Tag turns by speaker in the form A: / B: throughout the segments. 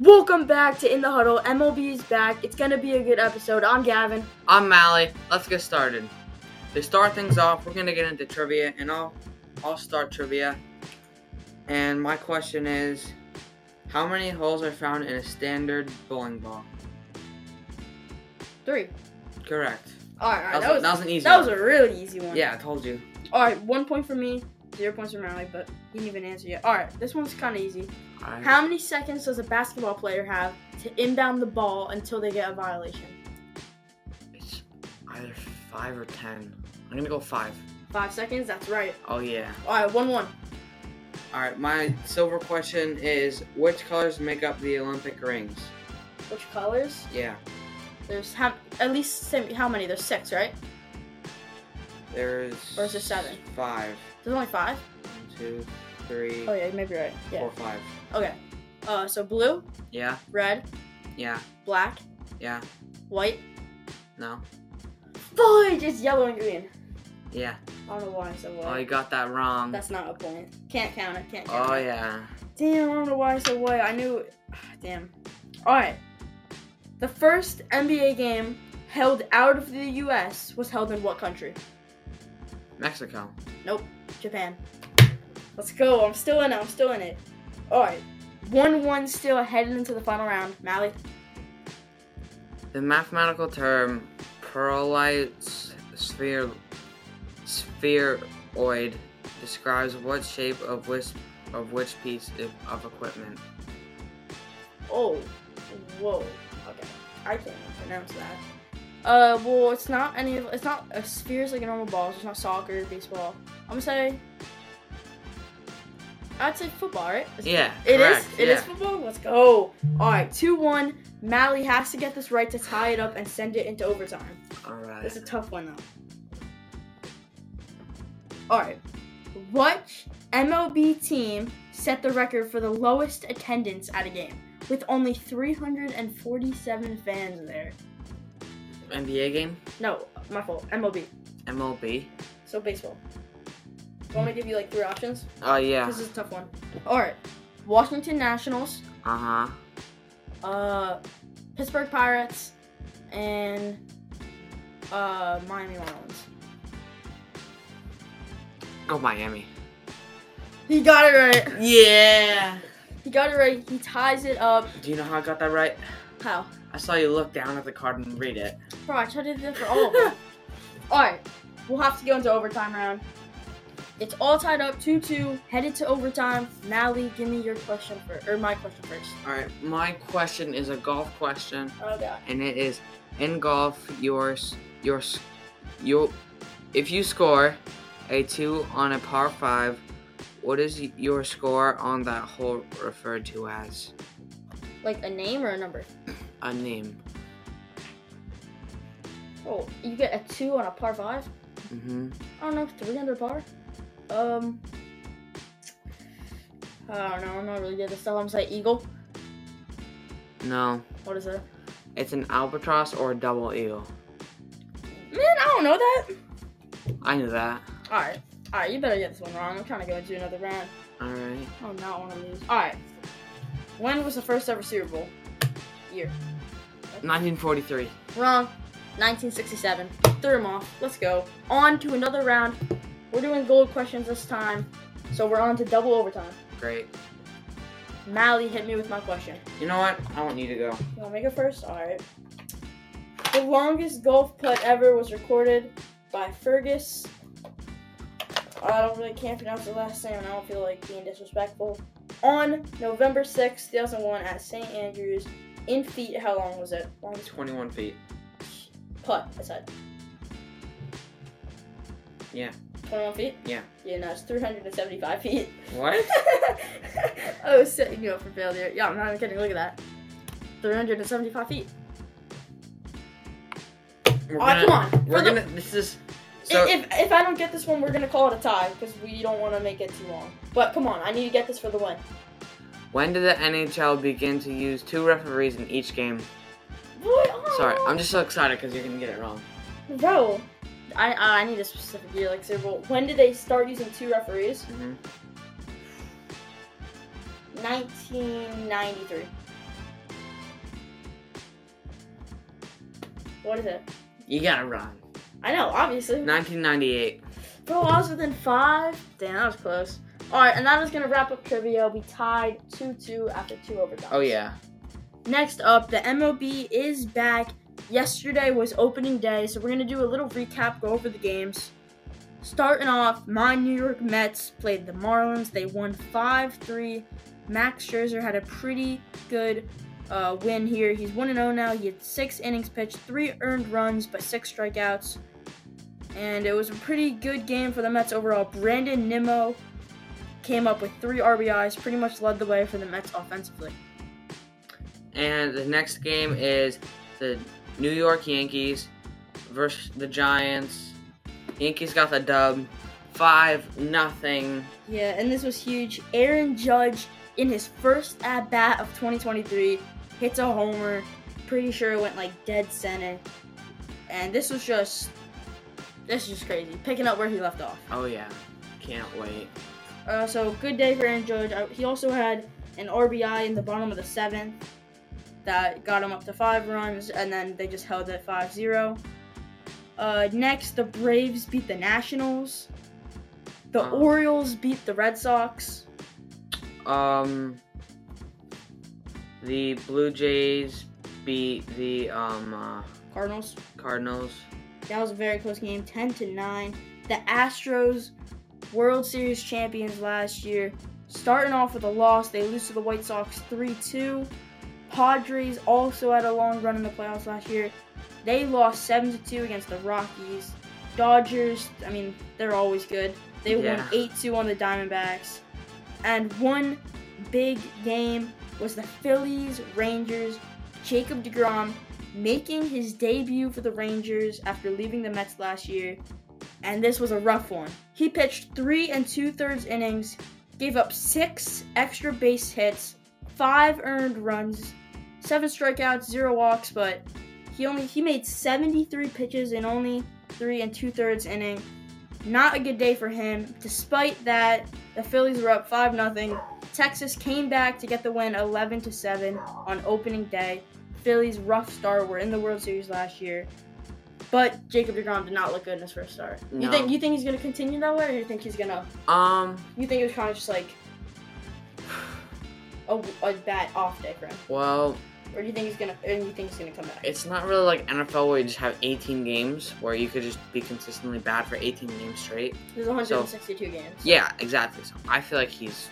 A: Welcome back to In the Huddle. MLB is back. It's gonna be a good episode. I'm Gavin.
B: I'm Mally. Let's get started. To start things off, we're gonna get into trivia, and I'll I'll start trivia. And my question is, how many holes are found in a standard bowling ball?
A: Three.
B: Correct.
A: All right, all right,
B: That was, that was an easy.
A: that was
B: one.
A: a really easy one.
B: yeah, I told you.
A: All right, one point for me, zero points for Mally, but he didn't even answer yet. All right, this one's kind of easy.
B: All right.
A: How many seconds does a basketball player have to inbound the ball until they get a violation?
B: It's either five or ten. I'm gonna go five.
A: Five seconds. That's right.
B: Oh yeah.
A: All right, one one.
B: All right. My silver question is, which colors make up the Olympic rings?
A: Which colors?
B: Yeah,
A: There's how, at least same, how many? There's six, right?
B: there's.
A: Or is it seven?
B: Five,
A: There's only five.
B: one, two, three,
A: Oh yeah, you may be right. Yeah.
B: four, five.
A: Okay. Uh, so blue,
B: Yeah,
A: red,
B: yeah,
A: black,
B: yeah.
A: white.
B: No.
A: Fudge! It's yellow and green.
B: Yeah.
A: I don't know why I said
B: Oh, you
A: white.
B: got that wrong.
A: That's not a point. Can't count it. Can't count
B: Oh
A: it.
B: yeah.
A: Damn, I don't know why I said white. I knew. Damn. All right. The first NBA game held out of the U.S. was held in what country?
B: Mexico.
A: Nope. Japan. Let's go. I'm still in it. I'm still in it. All right. One-one still headed into the final round. Mally.
B: The mathematical term perlite sphere spheroid describes what shape of which of which piece i- of equipment.
A: Oh, whoa. Okay, I can't even pronounce that. Uh, well, it's not any of it's not a spheres like a normal ball. It's not soccer, baseball. I'm gonna say, I'd say football, right? Is it-
B: Yeah.
A: It is.
B: correct.
A: It is
B: yeah.
A: football. Let's go. All right, two one. Mally has to get this right to tie it up and send it into overtime.
B: All right.
A: It's a tough one though. All right. Which MLB team set the record for the lowest attendance at a game with only 347 fans there?
B: NBA game.
A: No, my fault. MLB.
B: MLB.
A: So baseball. Want me to give you like three options?
B: Oh yeah.
A: This is a tough one. All right. Washington Nationals,
B: Uh huh.
A: uh, Pittsburgh Pirates, and uh, Miami Marlins.
B: Go Miami.
A: He got it right.
B: Yeah.
A: He got it right. He ties it up.
B: Do you know how I got that right?
A: How?
B: I saw you look down at the card and read it.
A: Bro, I tried to do that for all of them. Alright, we'll have to go into overtime round. It's all tied up, 2 2, headed to overtime. Mally, give me your question first, or my question first.
B: All right. My question is a golf question.
A: Oh, God.
B: and it is in golf yours your s- your if you score a 2 on a par 5 what is y- your score on that hole referred to as
A: Like a name or a number?
B: a name
A: Oh, you get a 2 on a par 5?
B: mm-hmm.
A: I don't know, 300 par? Um. I don't know, I'm not really good at this stuff. I'm gonna say Eagle.
B: no
A: What is that?
B: it's an albatross or a double eagle
A: Man, I don't know that.
B: i knew that
A: Alright, alright, you better get this one wrong. I'm trying to go into another round.
B: all right
A: Oh, I do not want to lose. All right. When was the first ever Super Bowl? Year.
B: 1943
A: Wrong. 1967. Threw him off. Let's go. On to another round. We're doing gold questions this time. So we're on to double overtime.
B: great
A: Mally hit me with my question.
B: you know what i want you to go
A: You want to make it first? All right. The longest golf putt ever was recorded by Fergus. I don't really can't pronounce the last name, and I don't feel like being disrespectful. On November sixth, two 2001, at St. Andrews, in feet, how long was it? Longest
B: 21 feet
A: putt, I said.
B: Yeah.
A: 21 feet?
B: Yeah.
A: Yeah, no, it's 375 feet.
B: what
A: I was setting you up for failure. Yeah, I'm not even kidding. Look at that. 375 feet.
B: we're
A: Aw, come on.
B: we're
A: For the-
B: gonna this is so
A: if, if I don't get this one, we're gonna call it a tie because we don't want to make it too long. But come on, I need to get this for the win.
B: when did the nhl begin to use two referees in each game
A: What?
B: Sorry, I'm just so excited because you're gonna get it wrong.
A: just bro. I I need a specific year, like Super Bowl. When did they start using two referees?
B: Mm-hmm.
A: 1993. What is it?
B: You gotta run.
A: I know, obviously.
B: 1998.
A: Bro, I was within five. Damn, that was close. All right, and that is gonna wrap up trivia. We tied two-two after two overtimes.
B: Oh yeah.
A: Next up, the MLB is back. Yesterday was opening day, so we're gonna do a little recap, go over the games. Starting off, my New York Mets played the Marlins. They won 5 3. Max Scherzer had a pretty good uh, win here. He's 1 0 now. He had six innings pitched, three earned runs, but six strikeouts. And it was a pretty good game for the Mets overall. Brandon Nimmo came up with three RBIs, pretty much led the way for the Mets offensively.
B: And the next game is the New York Yankees versus the Giants. Yankees got the dub, five nothing.
A: Yeah, and this was huge. Aaron Judge, in his first at bat of 2023, hits a homer. Pretty sure it went like dead center. And this was just, this is just crazy. Picking up where he left off.
B: Oh yeah, can't wait.
A: Uh, so good day for Aaron Judge. I, he also had an RBI in the bottom of the seventh that got him up to five runs, and then they just held it 5 0. Uh, next, the Braves beat the Nationals. The
B: Um.
A: Orioles beat the Red Sox.
B: Um, the Blue Jays beat the um uh,
A: Cardinals.
B: Cardinals.
A: That was a very close game, 10 to 9. The Astros, World Series champions last year, starting off with a loss. They lose to the White Sox 3 2. Padres also had a long run in the playoffs last year. They lost 7 to 2 against the Rockies. Dodgers, I mean, they're always good. They won
B: Yeah.
A: 8 2 on the Diamondbacks. And one big game was the Phillies Rangers. Jacob DeGrom making his debut for the Rangers after leaving the Mets last year, and this was a rough one. He pitched three and two thirds innings, gave up six extra base hits, five earned runs, seven strikeouts, zero walks, but he only he made 73 pitches in only three and two thirds inning. Not a good day for him. Despite that, the Phillies were up five 0 Texas came back to get the win 11 to 7 on opening day. Phillies rough start were in the World Series last year. But Jacob DeGrom did not look good in his first start. You
B: No.
A: think you think he's gonna continue that way, or you think he's gonna
B: Um,
A: you think it was kind of just like a, a bad off day for him,
B: well,
A: or do you think he's gonna and you think he's gonna come back?
B: it's not really like NFL where you just have 18 games where you could just be consistently bad for 18 games straight.
A: There's 162 games.
B: Yeah, exactly. So I feel like he's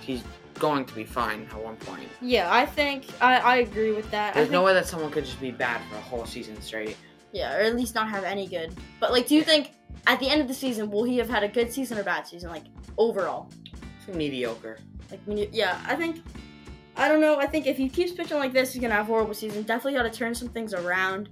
B: he's going to be fine at one point.
A: Yeah, I think I, I agree with that.
B: There's
A: I think,
B: no way that someone could just be bad for a whole season straight.
A: Yeah, or at least not have any good. But like, do you think at the end of the season will he have had a good season or bad season? Like overall,
B: It's mediocre.
A: like when you- yeah, I think I don't know. I think if he keeps pitching like this, he's gonna have a horrible season. Definitely got to turn some things around.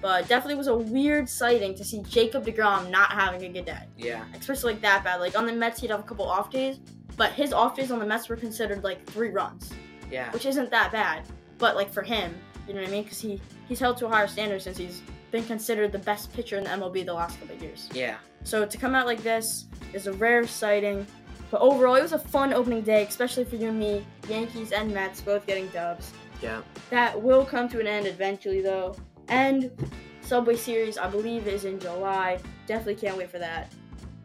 A: But definitely was a weird sighting to see Jacob Degrom not having a good day.
B: Yeah.
A: especially like that bad. Like on the Mets, he'd have a couple off days, but his off days on the Mets were considered like three runs,
B: Yeah.
A: which isn't that bad. But like for him, you know what I mean? Because he he's held to a higher standard since he's been considered the best pitcher in the MLB the last couple of years.
B: Yeah.
A: So to come out like this is a rare sighting. But overall, it was a fun opening day, especially for you and me. Yankees and Mets both getting dubs.
B: Yeah.
A: That will come to an end eventually, though. And Subway Series, I believe, is in July. Definitely can't wait for that.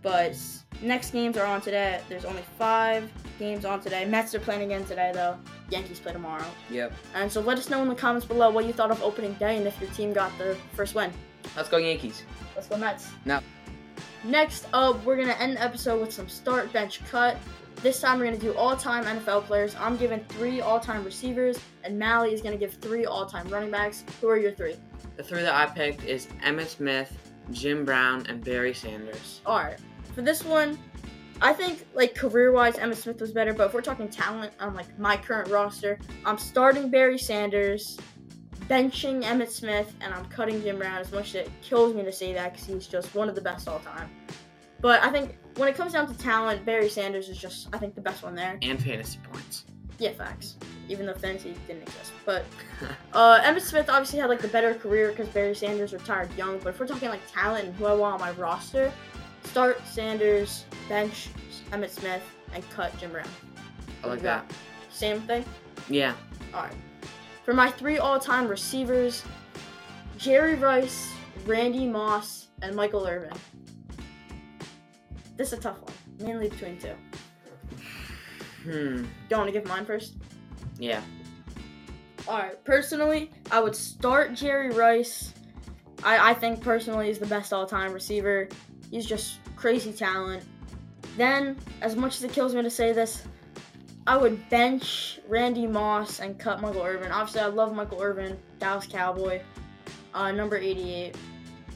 A: But s- next games are on today. There's only five games on today. Mets are playing again today, though. Yankees play tomorrow.
B: Yep.
A: And so let us know in the comments below what you thought of opening day and if your team got their first win.
B: Let's go Yankees.
A: Let's go Mets.
B: No.
A: Next up, we're gonna end the episode with some start bench cut. This time we're gonna do all-time NFL players. I'm giving three all-time receivers, and Mally is gonna give three all-time running backs. Who are your three?
B: The three that I picked is Emmett Smith, Jim Brown, and Barry Sanders.
A: All right. For this one, I think like career-wise, Emma Smith was better. But if we're talking talent on like my current roster, I'm starting Barry Sanders, benching Emmett Smith, and I'm cutting Jim Brown. As much as it kills me to say that, because he's just one of the best all time. But I think when it comes down to talent, Barry Sanders is just I think the best one there.
B: And fantasy points.
A: Yeah, facts. Even though fantasy didn't exist, but uh, Emmett Smith obviously had like the better career because Barry Sanders retired young. But if we're talking like talent and who I want on my roster, start Sanders, bench Emmett Smith, and cut Jim Brown.
B: I like that.
A: Same thing.
B: Yeah.
A: All right. For my three all-time receivers, Jerry Rice, Randy Moss, and Michael Irvin. This is a tough one, mainly between two.
B: Hmm.
A: You want to give mine first?
B: Yeah.
A: All right. Personally, I would start Jerry Rice. I, I think personally he's the best all-time receiver. He's just crazy talent. Then, as much as it kills me to say this, I would bench Randy Moss and cut Michael Irvin. Obviously, I love Michael Irvin, Dallas Cowboy, uh, number 88.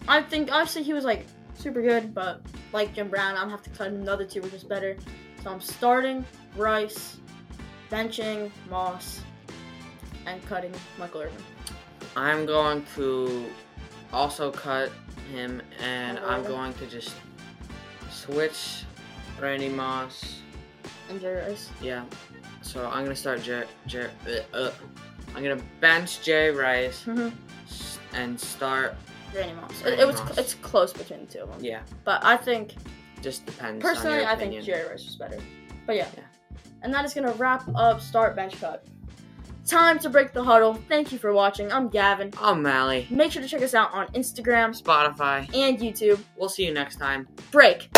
A: I think obviously he was like super good, but like Jim Brown, I'm gonna have to cut another two, which is better. So I'm starting Rice, benching Moss, and cutting Michael Irvin.
B: I'm going to also cut him, and I'm
A: Alright.
B: going to just switch Randy Moss.
A: And Jerry Rice.
B: Yeah. So I'm gonna start Jer. Jer. Uh, uh. I'm gonna bench Jay Rice
A: Mhm.
B: s- and start.
A: Randy Moss. It,
B: Randy
A: it was
B: Moss.
A: it's close between the two of them.
B: Yeah.
A: But I think
B: Just depends. on
A: personally
B: your
A: I think
B: opinion.
A: Jerry Rice was better. But yeah.
B: Yeah.
A: And that is gonna wrap up start bench cut. Time to break the huddle. Thank you for watching. I'm Gavin.
B: Oh, Mally.
A: Make sure to check us out on Instagram
B: Spotify.
A: and YouTube.
B: We'll see you next time.
A: Break.